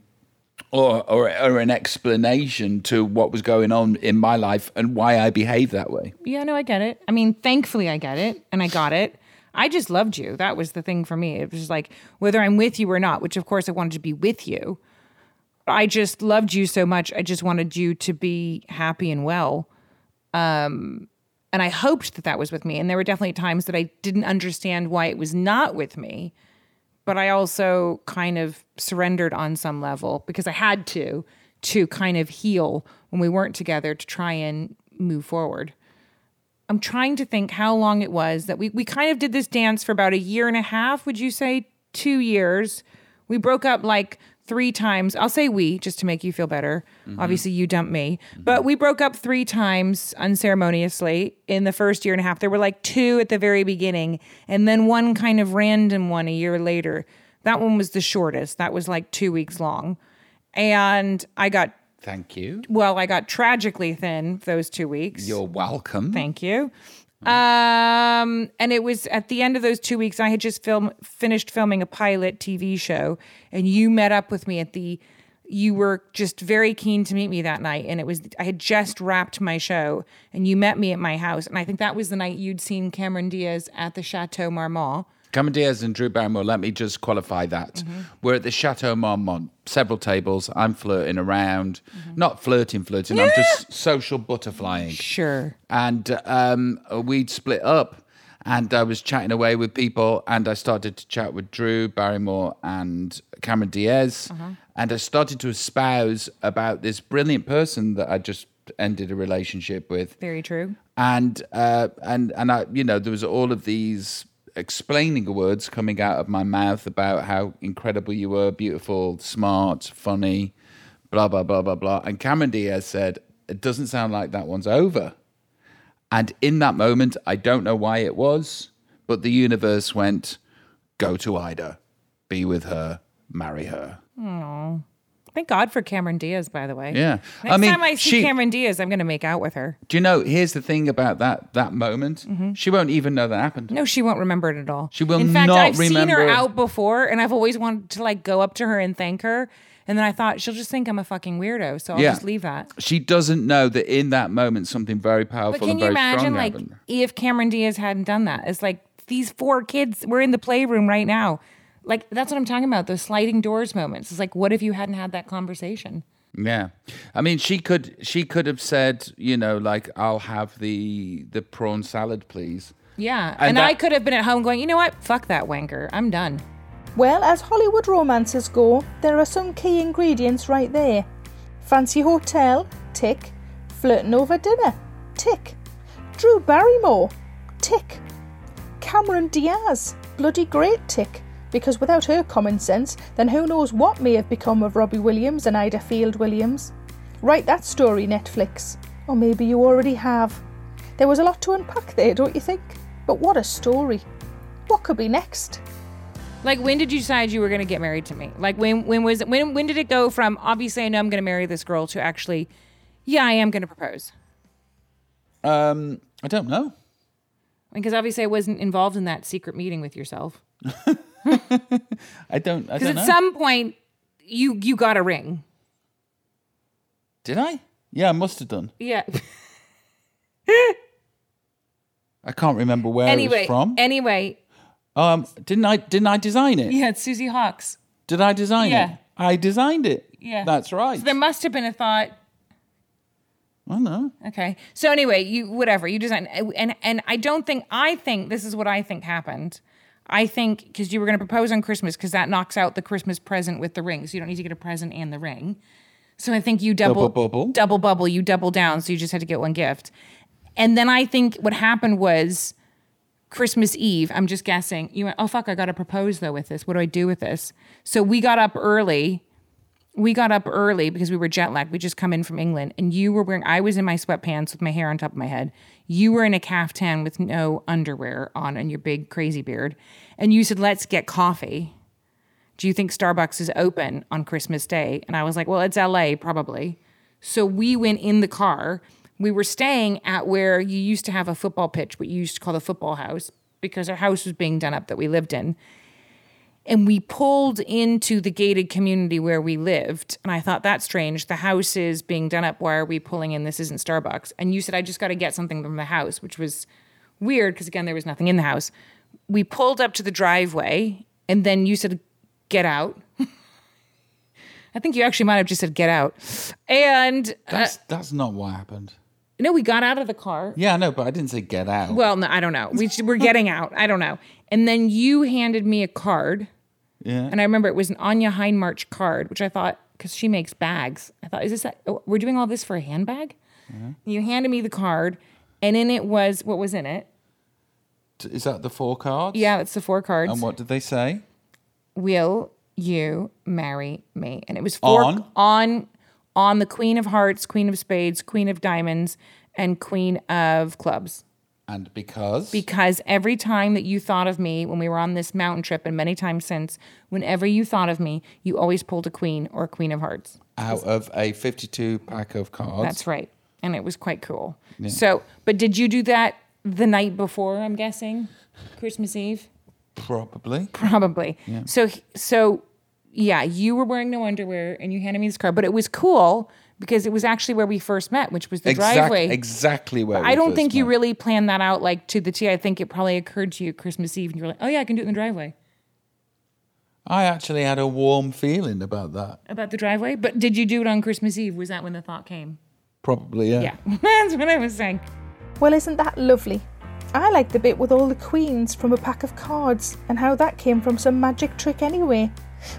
[SPEAKER 2] or, or or an explanation to what was going on in my life and why I behaved that way.
[SPEAKER 3] Yeah, no, I get it. I mean, thankfully, I get it and I got it. I just loved you. That was the thing for me. It was just like whether I'm with you or not, which of course I wanted to be with you. I just loved you so much. I just wanted you to be happy and well. Um, and I hoped that that was with me. And there were definitely times that I didn't understand why it was not with me, but I also kind of surrendered on some level because I had to to kind of heal when we weren't together to try and move forward. I'm trying to think how long it was that we we kind of did this dance for about a year and a half, would you say 2 years? We broke up like 3 times. I'll say we just to make you feel better. Obviously you dumped me, but we broke up 3 times unceremoniously in the first year and a half. There were like two at the very beginning and then one kind of random one a year later. That one was the shortest. That was like 2 weeks long. And I got
[SPEAKER 2] Thank you.
[SPEAKER 3] well, I got tragically thin those 2 weeks.
[SPEAKER 2] You're welcome.
[SPEAKER 3] Thank you. Um, and it was at the end of those two weeks, I had just film finished filming a pilot TV show, and you met up with me at the. You were just very keen to meet me that night, and it was I had just wrapped my show, and you met me at my house, and I think that was the night you'd seen Cameron Diaz at the Chateau Marmont.
[SPEAKER 2] Cameron Diaz and Drew Barrymore, let me just qualify that. We're at the Chateau Marmont, several tables. I'm flirting around. Not flirting, flirting. I'm just social butterflying.
[SPEAKER 3] Sure,
[SPEAKER 2] and um, we'd split up. And I was chatting away with people, and I started to chat with Drew Barrymore and Cameron Diaz, and I started to espouse about this brilliant person that I just ended a relationship with,
[SPEAKER 3] very true.
[SPEAKER 2] and uh, and and I, you know, there was all of these explaining words coming out of my mouth about how incredible you were, beautiful, smart, funny, blah blah blah blah blah. And Cameron Diaz said, "It doesn't sound like that one's over." And in that moment, I don't know why it was, but the universe went, "Go to Ida, be with her, marry her."
[SPEAKER 3] Thank God for Cameron Diaz, by the way.
[SPEAKER 2] Yeah.
[SPEAKER 3] Next
[SPEAKER 2] I mean,
[SPEAKER 3] time I see
[SPEAKER 2] she-
[SPEAKER 3] Cameron Diaz, I'm going to make out with her.
[SPEAKER 2] Do you know? Here's the thing about that that moment.
[SPEAKER 3] Mm-hmm.
[SPEAKER 2] She won't even know that happened.
[SPEAKER 3] No, she won't remember it at all.
[SPEAKER 2] She will
[SPEAKER 3] In fact,
[SPEAKER 2] not
[SPEAKER 3] I've seen her
[SPEAKER 2] remember-
[SPEAKER 3] out before, and I've always wanted to like go up to her and thank her. And then I thought she'll just think I'm a fucking weirdo, so I'll
[SPEAKER 2] Yeah.
[SPEAKER 3] just leave that.
[SPEAKER 2] she doesn't know that in that moment something very powerful
[SPEAKER 3] But can
[SPEAKER 2] and
[SPEAKER 3] you
[SPEAKER 2] very
[SPEAKER 3] imagine,
[SPEAKER 2] strong
[SPEAKER 3] like,
[SPEAKER 2] happened.
[SPEAKER 3] if Cameron Diaz hadn't done that? It's like these four kids were in the playroom right now. Like that's what I'm talking about. Those sliding doors moments. It's like, what if you hadn't had that conversation?
[SPEAKER 2] Yeah, I mean, she could she could have said, you know, like I'll have the the prawn salad, please.
[SPEAKER 3] Yeah, and,
[SPEAKER 2] And that-
[SPEAKER 3] I could have been at home going, you know what? Fuck that wanker. I'm done.
[SPEAKER 1] Well, as Hollywood romances go, there are some key ingredients right there. Fancy hotel, tick. Flirting over dinner, tick. Drew Barrymore, tick. Cameron Diaz, bloody great tick. Because without her common sense, then who knows what may have become of Robbie Williams and Ida Field Williams. Write that story, Netflix. Or maybe you already have. There was a lot to unpack there, don't you think? But what a story. What could be next?
[SPEAKER 3] Like when did you decide you were going to get married to me? Like when when was when when did it go from obviously I know I'm going to marry this girl to actually yeah, I am going to propose.
[SPEAKER 2] Um, I don't know.
[SPEAKER 3] Because obviously I wasn't involved in that secret meeting with yourself.
[SPEAKER 2] I don't. I don't
[SPEAKER 3] Cuz
[SPEAKER 2] know.
[SPEAKER 3] at some point you you got a ring.
[SPEAKER 2] Did I? Yeah, I must have done.
[SPEAKER 3] Yeah.
[SPEAKER 2] I can't remember where it
[SPEAKER 3] anyway,
[SPEAKER 2] was from.
[SPEAKER 3] anyway,
[SPEAKER 2] um, didn't I? Didn't I design it?
[SPEAKER 3] yeah, it's Susie Hawks.
[SPEAKER 2] Did I design
[SPEAKER 3] Yeah.
[SPEAKER 2] it? I designed it.
[SPEAKER 3] Yeah.
[SPEAKER 2] that's right.
[SPEAKER 3] So there must have been a thought
[SPEAKER 2] I know.
[SPEAKER 3] Okay. So anyway, you whatever you design uh, and and I don't think I think this is what I think happened. I think because you were going to propose on Christmas because that knocks out the Christmas present with the ring, so you don't need to get a present and the ring. So I think you double
[SPEAKER 2] Double bubble.
[SPEAKER 3] double bubble. You double down, so you just had to get one gift. And then I think what happened was Christmas Eve. I'm just guessing. You went, oh fuck, I got to propose though with this. What do I do with this? So we got up early we got up early because we were jet lagged. We just come in from England, and you were wearing. I was in my sweatpants with my hair on top of my head. You were in a caftan with no underwear on and your big crazy beard. And you said, "Let's get coffee." Do you think Starbucks is open on Christmas Day? And I was like, "Well, it's LA, probably." So we went in the car. We were staying at where you used to have a football pitch, what you used to call the football house, because our house was being done up that we lived in and we pulled into the gated community where we lived. And I thought, that's strange. The house is being done up. Why are we pulling in? This isn't Starbucks. And you said, I just got to get something from the house, which was weird because, again, there was nothing in the house. We pulled up to the driveway, and then you said, get out. I think you actually might have just said, get out. And uh,
[SPEAKER 2] That's that's not what happened.
[SPEAKER 3] No, we got out of the car.
[SPEAKER 2] Yeah, I know, but I didn't say get out.
[SPEAKER 3] Well, no, I don't know. We, we're getting out. I don't know. And then you handed me a card.
[SPEAKER 2] yeah.
[SPEAKER 3] And I remember it was an Anya Heinmarch card, which I thought, because she makes bags. I thought, is this, that, oh, we're doing all this for a handbag? You handed me the card, and in it was, what was in it?
[SPEAKER 2] T- Is that the four cards?
[SPEAKER 3] Yeah, it's the four cards.
[SPEAKER 2] And what did they say?
[SPEAKER 3] Will you marry me? And it was four
[SPEAKER 2] On?
[SPEAKER 3] on on the Queen of Hearts, Queen of Spades, Queen of Diamonds, and Queen of Clubs.
[SPEAKER 2] And because.
[SPEAKER 3] Because every time that you thought of me when we were on this mountain trip, and many times since, whenever you thought of me, you always pulled a queen or a queen of hearts.
[SPEAKER 2] out of a 52 pack of cards.
[SPEAKER 3] That's right. And it was quite cool. So, but did you do that the night before, I'm guessing? Christmas Eve?
[SPEAKER 2] probably.
[SPEAKER 3] Probably. So, he- so yeah, you were wearing no underwear and you handed me this card, but it was cool because it was actually where we first met, which was the
[SPEAKER 2] Exact-
[SPEAKER 3] driveway.
[SPEAKER 2] Exactly where we
[SPEAKER 3] I don't
[SPEAKER 2] first
[SPEAKER 3] think you
[SPEAKER 2] met.
[SPEAKER 3] really planned that out like to the T. I think it probably occurred to you Christmas Eve and you were like, oh yeah, I can do it in the driveway.
[SPEAKER 2] I actually had a warm feeling about that.
[SPEAKER 3] About the driveway? But did you do it on Christmas Eve? Was that when the thought came?
[SPEAKER 2] Probably, yeah.
[SPEAKER 3] Yeah, that's what I was saying.
[SPEAKER 1] Well, isn't that lovely? I like the bit with all the queens from a pack of cards and how that came from some magic trick anyway.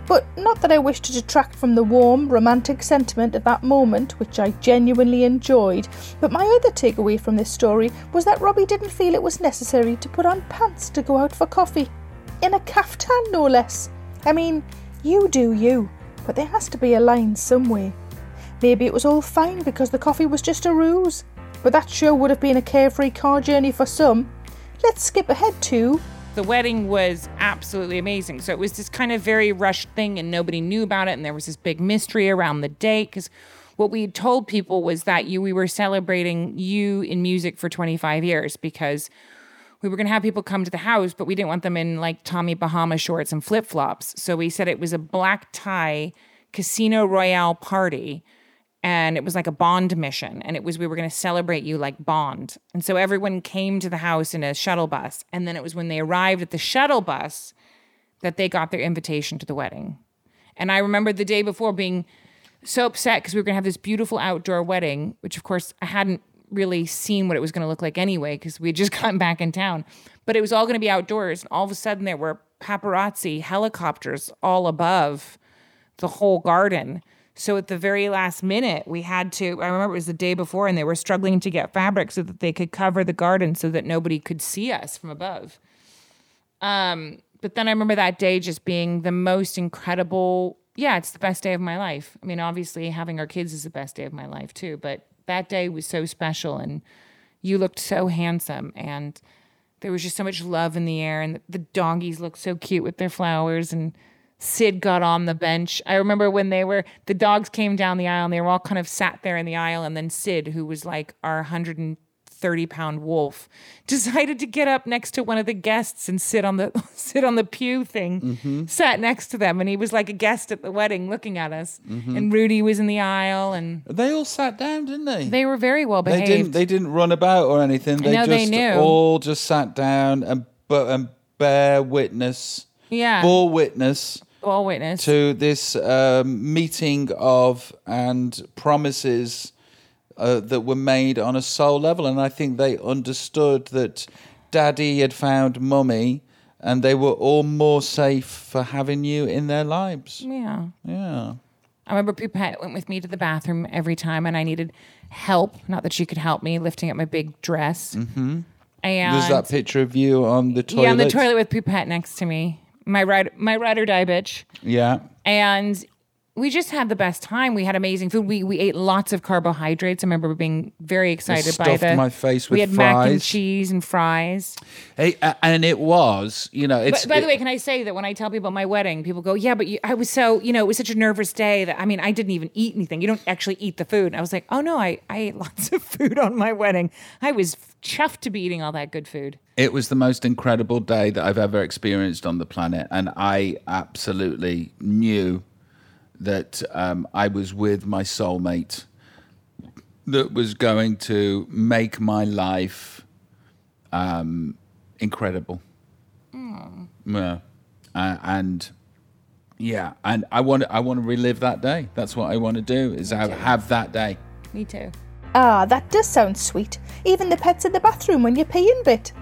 [SPEAKER 1] But not that I wish to detract from the warm, romantic sentiment of that moment, which I genuinely enjoyed, but my other takeaway from this story was that Robbie didn't feel it was necessary to put on pants to go out for coffee. In a caftan, no less. I mean, you do you, but there has to be a line somewhere. Maybe it was all fine because the coffee was just a ruse. But that sure would have been a carefree car journey for some. Let's skip ahead to.
[SPEAKER 3] The wedding was absolutely amazing. So it was this kind of very rushed thing, and nobody knew about it. And there was this big mystery around the date because what we had told people was that you we were celebrating you in music for 25 years because we were going to have people come to the house, but we didn't want them in like Tommy Bahama shorts and flip flops. So we said it was a black tie casino royale party. And it was like a Bond mission. And it was, we were going to celebrate you like Bond. And so everyone came to the house in a shuttle bus. And then it was when they arrived at the shuttle bus that they got their invitation to the wedding. And I remember the day before being so upset because we were going to have this beautiful outdoor wedding, which of course I hadn't really seen what it was going to look like anyway because we had just gotten back in town. But it was all going to be outdoors. And all of a sudden, there were paparazzi helicopters all above the whole garden. So at the very last minute, we had to. I remember it was the day before, and they were struggling to get fabric so that they could cover the garden so that nobody could see us from above. Um, but then I remember that day just being the most incredible. Yeah, it's the best day of my life. I mean, obviously, having our kids is the best day of my life too. But that day was so special, and you looked so handsome, and there was just so much love in the air, and the, the doggies looked so cute with their flowers, and Sid got on the bench. I remember when they were the dogs came down the aisle, and they were all kind of sat there in the aisle, and then Sid, who was like our hundred and 30 pound wolf decided to get up next to one of the guests and sit on the sit on the pew thing
[SPEAKER 2] Mm-hmm.
[SPEAKER 3] sat next to them and he was like a guest at the wedding looking at us
[SPEAKER 2] Mm-hmm.
[SPEAKER 3] and rudy was in the aisle and
[SPEAKER 2] They all sat down, didn't they?
[SPEAKER 3] they were very well
[SPEAKER 2] They
[SPEAKER 3] behaved
[SPEAKER 2] didn't. They didn't run about or anything. They
[SPEAKER 3] know,
[SPEAKER 2] just
[SPEAKER 3] they knew.
[SPEAKER 2] all just sat down and but and bear witness,
[SPEAKER 3] yeah all
[SPEAKER 2] bore witness
[SPEAKER 3] witness
[SPEAKER 2] to this um, meeting of and promises uh, that were made on a soul level. And I think they understood that daddy had found mummy and they were all more safe for having you in their lives.
[SPEAKER 3] yeah
[SPEAKER 2] Yeah.
[SPEAKER 3] I remember Pupette went with me to the bathroom every time, and I needed help. Not that she could help me lifting up my big dress. Mm-hmm. And
[SPEAKER 2] There's that picture of you on the toilet.
[SPEAKER 3] yeah, on the toilet with Pupette next to me, my ride, my ride or die bitch.
[SPEAKER 2] Yeah.
[SPEAKER 3] and we just had the best time. We had amazing food. We we ate lots of carbohydrates. I remember being very excited by
[SPEAKER 2] stuffed
[SPEAKER 3] the.
[SPEAKER 2] my face
[SPEAKER 3] we
[SPEAKER 2] with
[SPEAKER 3] had mac and
[SPEAKER 2] fries.
[SPEAKER 3] cheese and fries.
[SPEAKER 2] Hey, a- and it was, you know, it's
[SPEAKER 3] But, by the
[SPEAKER 2] it-
[SPEAKER 3] way, can I say that when I tell people my wedding, people go, "Yeah, but you, I was so you know it was such a nervous day that I mean I didn't even eat anything. You don't actually eat the food." And I was like, "Oh no, I I ate lots of food on my wedding. I was chuffed to be eating all that good food."
[SPEAKER 2] It was the most incredible day that I've ever experienced on the planet, and I absolutely knew that um, I was with my soulmate that was going to make my life um, incredible. Yeah. Uh, and yeah, and I want I want to relive that day. That's what I want to do is have, have that day.
[SPEAKER 3] Me too.
[SPEAKER 1] Ah, that does sound sweet. Even the pets in the bathroom when you're peeing bit.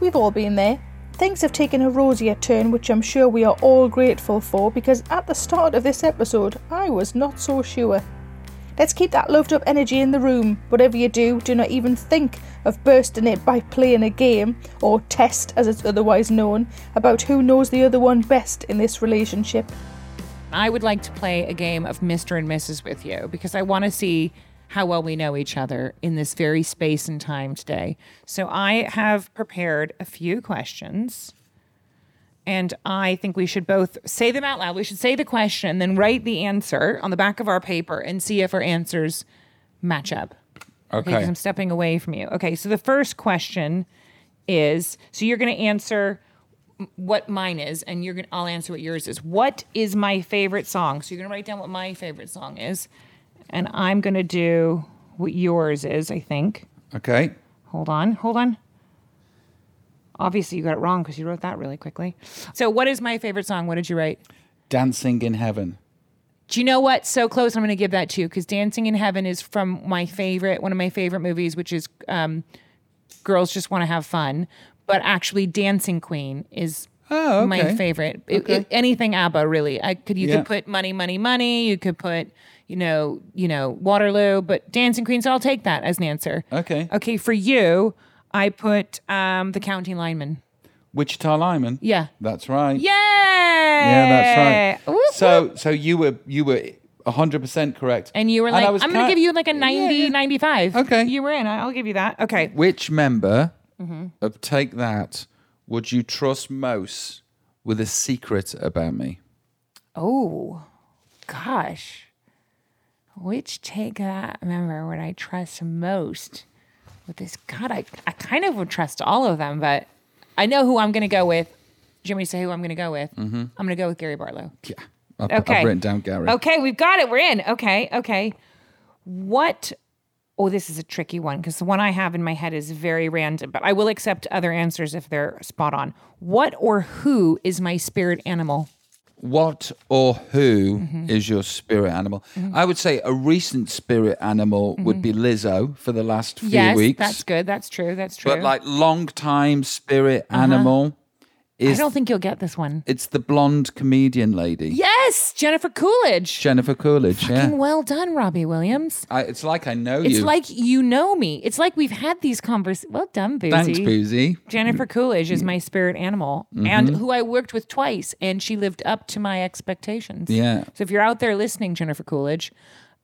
[SPEAKER 1] We've all been there. Things have taken a rosier turn, which I'm sure we are all grateful for because at the start of this episode, I was not so sure. Let's keep that loved up energy in the room. Whatever you do, do not even think of bursting it by playing a game, or test as it's otherwise known, about who knows the other one best in this relationship.
[SPEAKER 3] I would like to play a game of Mr. and Mrs. with you because I want to see how well we know each other in this very space and time today. So I have prepared a few questions. And I think we should both say them out loud. We should say the question and then write the answer on the back of our paper and see if our answers match up. Okay, 'cause
[SPEAKER 2] Okay.
[SPEAKER 3] I'm stepping away from you. Okay, so the first question is so you're going to answer m- what mine is and you're going to I'll answer what yours is. What is my favorite song? So you're going to write down what my favorite song is and I'm going to do what yours is, I think.
[SPEAKER 2] Okay.
[SPEAKER 3] Hold on. Hold on. Obviously you got it wrong cuz you wrote that really quickly. So what is my favorite song? What did you write?
[SPEAKER 2] Dancing in Heaven.
[SPEAKER 3] Do you know what? So close. I'm going to give that to you because Dancing in Heaven is from my favorite, one of my favorite movies, which is um, Girls Just Want to Have Fun. But actually, Dancing Queen is
[SPEAKER 2] Oh,
[SPEAKER 3] my
[SPEAKER 2] okay.
[SPEAKER 3] favorite. It- it- anything ABBA, really. I could you
[SPEAKER 2] Yeah.
[SPEAKER 3] could put Money, Money, Money. You could put you know you know Waterloo, but Dancing Queen. So I'll take that as an answer.
[SPEAKER 2] Okay.
[SPEAKER 3] Okay, for you, I put um, the County Lineman.
[SPEAKER 2] Wichita Lyman.
[SPEAKER 3] Yeah.
[SPEAKER 2] That's right.
[SPEAKER 3] Yay!
[SPEAKER 2] Yeah, that's right.
[SPEAKER 3] Whoop,
[SPEAKER 2] so so you were you were 100% correct.
[SPEAKER 3] And you were
[SPEAKER 2] I
[SPEAKER 3] like,
[SPEAKER 2] was
[SPEAKER 3] I'm going
[SPEAKER 2] ca-
[SPEAKER 3] to give you like a 90,
[SPEAKER 2] yeah.
[SPEAKER 3] 95.
[SPEAKER 2] Okay.
[SPEAKER 3] You were in. I- I'll give you that. Okay.
[SPEAKER 2] Which member
[SPEAKER 3] Mm-hmm.
[SPEAKER 2] of Take That would you trust most with a secret about me?
[SPEAKER 3] Oh, gosh. Which take that member would I trust most with this? God, I, I kind of would trust all of them, but I know who I'm going to go with. Jimmy, say who I'm going to go with.
[SPEAKER 2] Mm-hmm.
[SPEAKER 3] I'm going to go with Gary Bartlow.
[SPEAKER 2] Yeah. I've,
[SPEAKER 3] Okay.
[SPEAKER 2] I've written down Gary.
[SPEAKER 3] Okay, we've got it. We're in. Okay, okay. What? Oh, this is a tricky one because the one I have in my head is very random, but I will accept other answers if they're spot on. What or who is my spirit animal?
[SPEAKER 2] What or who is
[SPEAKER 3] Mm-hmm.
[SPEAKER 2] your spirit animal? I would say a recent spirit animal would be Lizzo for the last few
[SPEAKER 3] Mm-hmm. yes,
[SPEAKER 2] weeks.
[SPEAKER 3] that's good. That's true. That's true. Uh-huh.
[SPEAKER 2] But like long time spirit animal
[SPEAKER 3] I
[SPEAKER 2] is
[SPEAKER 3] don't think you'll get this one.
[SPEAKER 2] it's the blonde comedian lady.
[SPEAKER 3] Yes, Jennifer Coolidge.
[SPEAKER 2] Jennifer Coolidge, yeah.
[SPEAKER 3] Well done, Robbie Williams.
[SPEAKER 2] I, it's like I know
[SPEAKER 3] It's
[SPEAKER 2] you.
[SPEAKER 3] like you know me. It's like we've had these conversations. Well done, Boozy.
[SPEAKER 2] Thanks, Boozy.
[SPEAKER 3] Jennifer Coolidge is my spirit animal and who I worked with twice, and she lived up to my expectations.
[SPEAKER 2] Yeah.
[SPEAKER 3] So if you're out there listening, Jennifer Coolidge,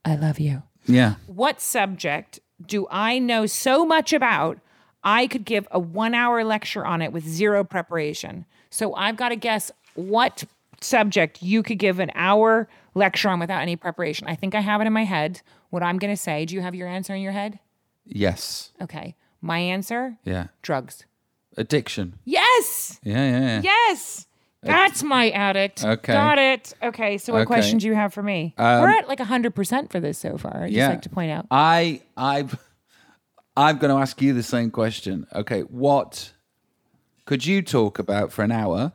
[SPEAKER 3] I love you.
[SPEAKER 2] Yeah.
[SPEAKER 3] What subject do I know so much about? I could give a one hour lecture on it with zero preparation. So I've got to guess what subject you could give an hour lecture on without any preparation. I think I have it in my head. What I'm going to say. Do you have your answer in your head?
[SPEAKER 2] Yes.
[SPEAKER 3] Okay. My answer
[SPEAKER 2] Yeah.
[SPEAKER 3] drugs.
[SPEAKER 2] Addiction.
[SPEAKER 3] Yes.
[SPEAKER 2] Yeah, yeah, yeah.
[SPEAKER 3] Yes. That's my addict.
[SPEAKER 2] Okay.
[SPEAKER 3] Got it. Okay. So,
[SPEAKER 2] Okay.
[SPEAKER 3] what
[SPEAKER 2] Um,
[SPEAKER 3] question do you have for me? We're at like 100% for this so far. I'd
[SPEAKER 2] yeah.
[SPEAKER 3] just like to point out.
[SPEAKER 2] I I I'm going to ask you the same question. Okay, what could you talk about for an hour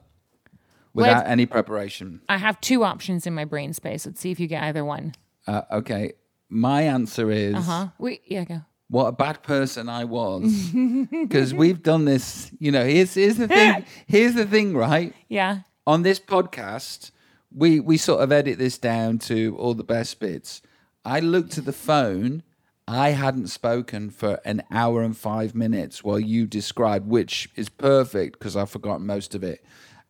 [SPEAKER 2] without
[SPEAKER 3] What-
[SPEAKER 2] any preparation?
[SPEAKER 3] I have two options in my brain space. Let's see if you get either one.
[SPEAKER 2] Uh, okay, my answer is
[SPEAKER 3] Huh? Wait, yeah, go.
[SPEAKER 2] what a bad person I was because we've done this. You know, here's here's the thing. Here's the thing, right?
[SPEAKER 3] Yeah.
[SPEAKER 2] on this podcast, we we sort of edit this down to all the best bits. I looked at the phone. I hadn't spoken for an hour and five minutes while you described, which is perfect because I've forgotten most of it.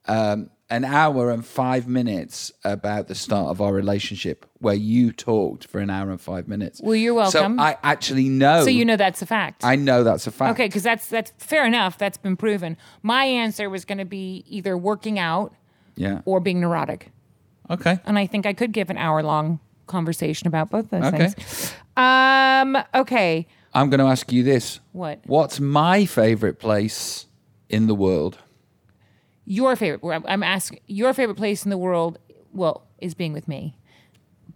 [SPEAKER 2] Um, an hour and five minutes about the start of our relationship, where you talked for an hour and five minutes.
[SPEAKER 3] Well, you're welcome.
[SPEAKER 2] So I actually know.
[SPEAKER 3] So, you know that's a fact.
[SPEAKER 2] I know that's a fact.
[SPEAKER 3] Okay, because that's that's fair enough. That's been proven. My answer was going to be either working out
[SPEAKER 2] Yeah.
[SPEAKER 3] or being neurotic,
[SPEAKER 2] Okay.
[SPEAKER 3] and I think I could give an hour long conversation about both those
[SPEAKER 2] Okay.
[SPEAKER 3] things. Um. Okay.
[SPEAKER 2] I'm going to ask you this.
[SPEAKER 3] What?
[SPEAKER 2] What's my favorite place in the world?
[SPEAKER 3] your favorite well, I'm- i'm asking your favorite place in the world well is being with me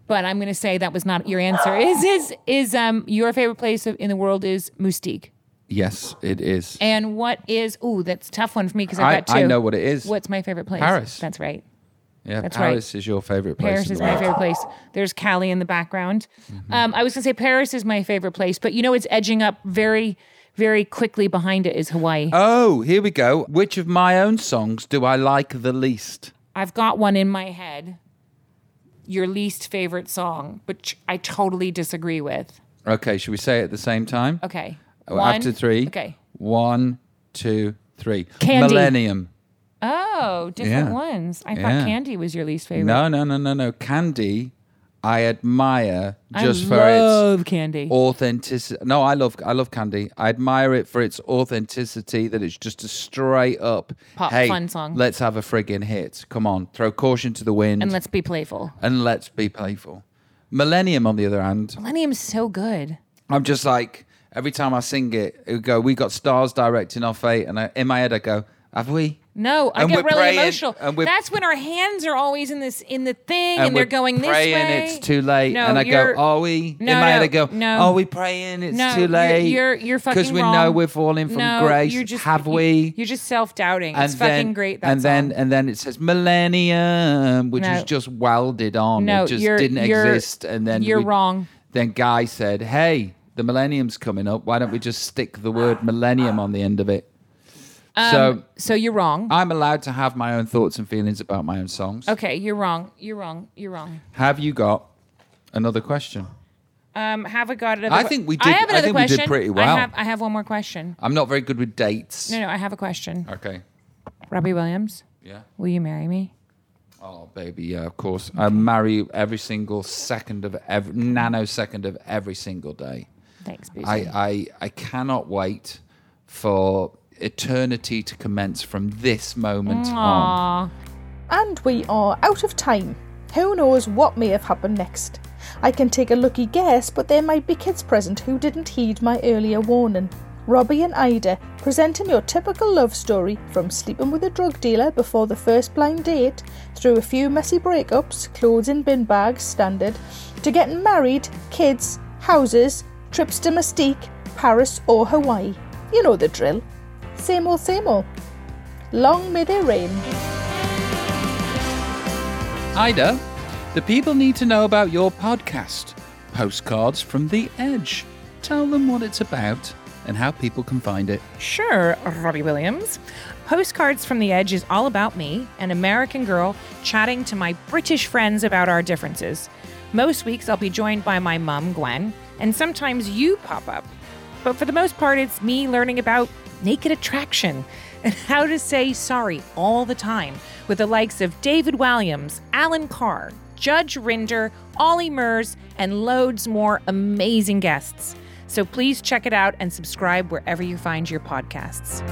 [SPEAKER 3] but i'm going to say that was not your answer is is is um your favorite place of- in the world is moustique
[SPEAKER 2] Yes, it is.
[SPEAKER 3] and what is ooh that's a tough one for me because
[SPEAKER 2] I-
[SPEAKER 3] i've got two
[SPEAKER 2] I know what it is.
[SPEAKER 3] what's my favorite place
[SPEAKER 2] Paris.
[SPEAKER 3] that's right
[SPEAKER 2] Yeah,
[SPEAKER 3] That's right.
[SPEAKER 2] Paris is your favorite place.
[SPEAKER 3] Paris
[SPEAKER 2] in
[SPEAKER 3] is
[SPEAKER 2] the
[SPEAKER 3] my
[SPEAKER 2] world. Mm-hmm.
[SPEAKER 3] favorite place. There's Cali in the background. Um, I was gonna say Paris is my favorite place, but you know it's edging up very, very quickly behind it is Hawaii.
[SPEAKER 2] Oh, here we go. Which of my own songs do I like the least?
[SPEAKER 3] I've got one in my head. Your least favorite song, which I totally disagree with.
[SPEAKER 2] Okay, should we say it at the same time?
[SPEAKER 3] Okay.
[SPEAKER 2] Oh,
[SPEAKER 3] One-
[SPEAKER 2] After three.
[SPEAKER 3] Okay.
[SPEAKER 2] One, two, three.
[SPEAKER 3] Candy.
[SPEAKER 2] Millennium.
[SPEAKER 3] Oh, different
[SPEAKER 2] Yeah.
[SPEAKER 3] ones. I
[SPEAKER 2] Yeah.
[SPEAKER 3] thought Candy was your least favorite.
[SPEAKER 2] No, no, no, no, no. Candy, I admire
[SPEAKER 3] I
[SPEAKER 2] just for its
[SPEAKER 3] love Candy.
[SPEAKER 2] authenticity. No, I love I love Candy. I admire it for its authenticity. That it's just a straight up
[SPEAKER 3] Pop
[SPEAKER 2] hey,
[SPEAKER 3] fun song."
[SPEAKER 2] Let's have a friggin' hit. Come on, throw caution to the wind
[SPEAKER 3] And let's be playful.
[SPEAKER 2] and let's be playful. Millennium, on the other hand,
[SPEAKER 3] Millennium's so good.
[SPEAKER 2] I'm just like every time I sing it, it would go. We got stars directing our fate, and I, in my head I go, "Have we?"
[SPEAKER 3] No, I
[SPEAKER 2] And
[SPEAKER 3] get
[SPEAKER 2] we're
[SPEAKER 3] really
[SPEAKER 2] praying-
[SPEAKER 3] emotional.
[SPEAKER 2] and we're-
[SPEAKER 3] That's when our hands are always in this in the thing,
[SPEAKER 2] And,
[SPEAKER 3] and,
[SPEAKER 2] we're
[SPEAKER 3] they're going this
[SPEAKER 2] praying
[SPEAKER 3] way.
[SPEAKER 2] it's too late,
[SPEAKER 3] No,
[SPEAKER 2] and I go, "Oh,
[SPEAKER 3] you're-
[SPEAKER 2] "Are we?"
[SPEAKER 3] No,
[SPEAKER 2] in my head
[SPEAKER 3] no,
[SPEAKER 2] I go,
[SPEAKER 3] no.
[SPEAKER 2] "Are we praying? It's
[SPEAKER 3] no,
[SPEAKER 2] too late."
[SPEAKER 3] You're you're, you're fucking
[SPEAKER 2] because we
[SPEAKER 3] wrong.
[SPEAKER 2] know we're falling from
[SPEAKER 3] no,
[SPEAKER 2] grace.
[SPEAKER 3] You're just,
[SPEAKER 2] Have we?
[SPEAKER 3] You're just self doubting.
[SPEAKER 2] and
[SPEAKER 3] It's
[SPEAKER 2] then,
[SPEAKER 3] fucking great. That
[SPEAKER 2] and then
[SPEAKER 3] song.
[SPEAKER 2] and then it says millennium, which
[SPEAKER 3] No.
[SPEAKER 2] was just welded on.
[SPEAKER 3] No,
[SPEAKER 2] it just
[SPEAKER 3] you're-
[SPEAKER 2] didn't
[SPEAKER 3] you're-
[SPEAKER 2] exist. And then
[SPEAKER 3] you're
[SPEAKER 2] we-
[SPEAKER 3] wrong.
[SPEAKER 2] Then Guy said, "Hey, the millennium's coming up. Why don't we just stick the word millennium on the end of it?" so
[SPEAKER 3] so you're wrong.
[SPEAKER 2] I'm allowed to have my own thoughts and feelings about my own songs.
[SPEAKER 3] okay, you're wrong. You're wrong. You're wrong.
[SPEAKER 2] Have you got another question?
[SPEAKER 3] Um, have I got another?
[SPEAKER 2] I
[SPEAKER 3] que-
[SPEAKER 2] think we
[SPEAKER 3] I
[SPEAKER 2] did-
[SPEAKER 3] have
[SPEAKER 2] I
[SPEAKER 3] another
[SPEAKER 2] think we did
[SPEAKER 3] question.
[SPEAKER 2] pretty well.
[SPEAKER 3] I have. I have one more question.
[SPEAKER 2] I'm not very good with dates.
[SPEAKER 3] No, no, I have a question.
[SPEAKER 2] Okay.
[SPEAKER 3] Robbie Williams,
[SPEAKER 2] Yeah.
[SPEAKER 3] will you marry me?
[SPEAKER 2] Oh, baby, yeah, of course. I marry you every single second of every nanosecond of every single day.
[SPEAKER 3] Thanks, Boozy.
[SPEAKER 2] I, I, I cannot wait for eternity to commence from this moment on.
[SPEAKER 3] Aw.
[SPEAKER 1] And we are out of time. Who knows what may have happened next? I can take a lucky guess, but there might be kids present who didn't heed my earlier warning. Robbie and Ida presenting your typical love story from sleeping with a drug dealer before the first blind date, through a few messy breakups, clothes in bin bags, standard, to getting married, kids, houses, trips to Mystique, Paris or Hawaii. You know the drill. Same old, same old. Long may they reign.
[SPEAKER 2] Ida, the people need to know about your podcast, Postcards from the Edge. Tell them what it's about and how people can find it.
[SPEAKER 3] Sure, Robbie Williams. Postcards from the Edge is all about me, an American girl, chatting to my British friends about our differences. Most weeks I'll be joined by my mum, Gwen, and sometimes you pop up. But for the most part, it's me learning about naked attraction and how to say sorry all the time with the likes of David Walliams, Alan Carr, Judge Rinder, Ollie Murs, and loads more amazing guests. So please check it out and subscribe wherever you find your podcasts.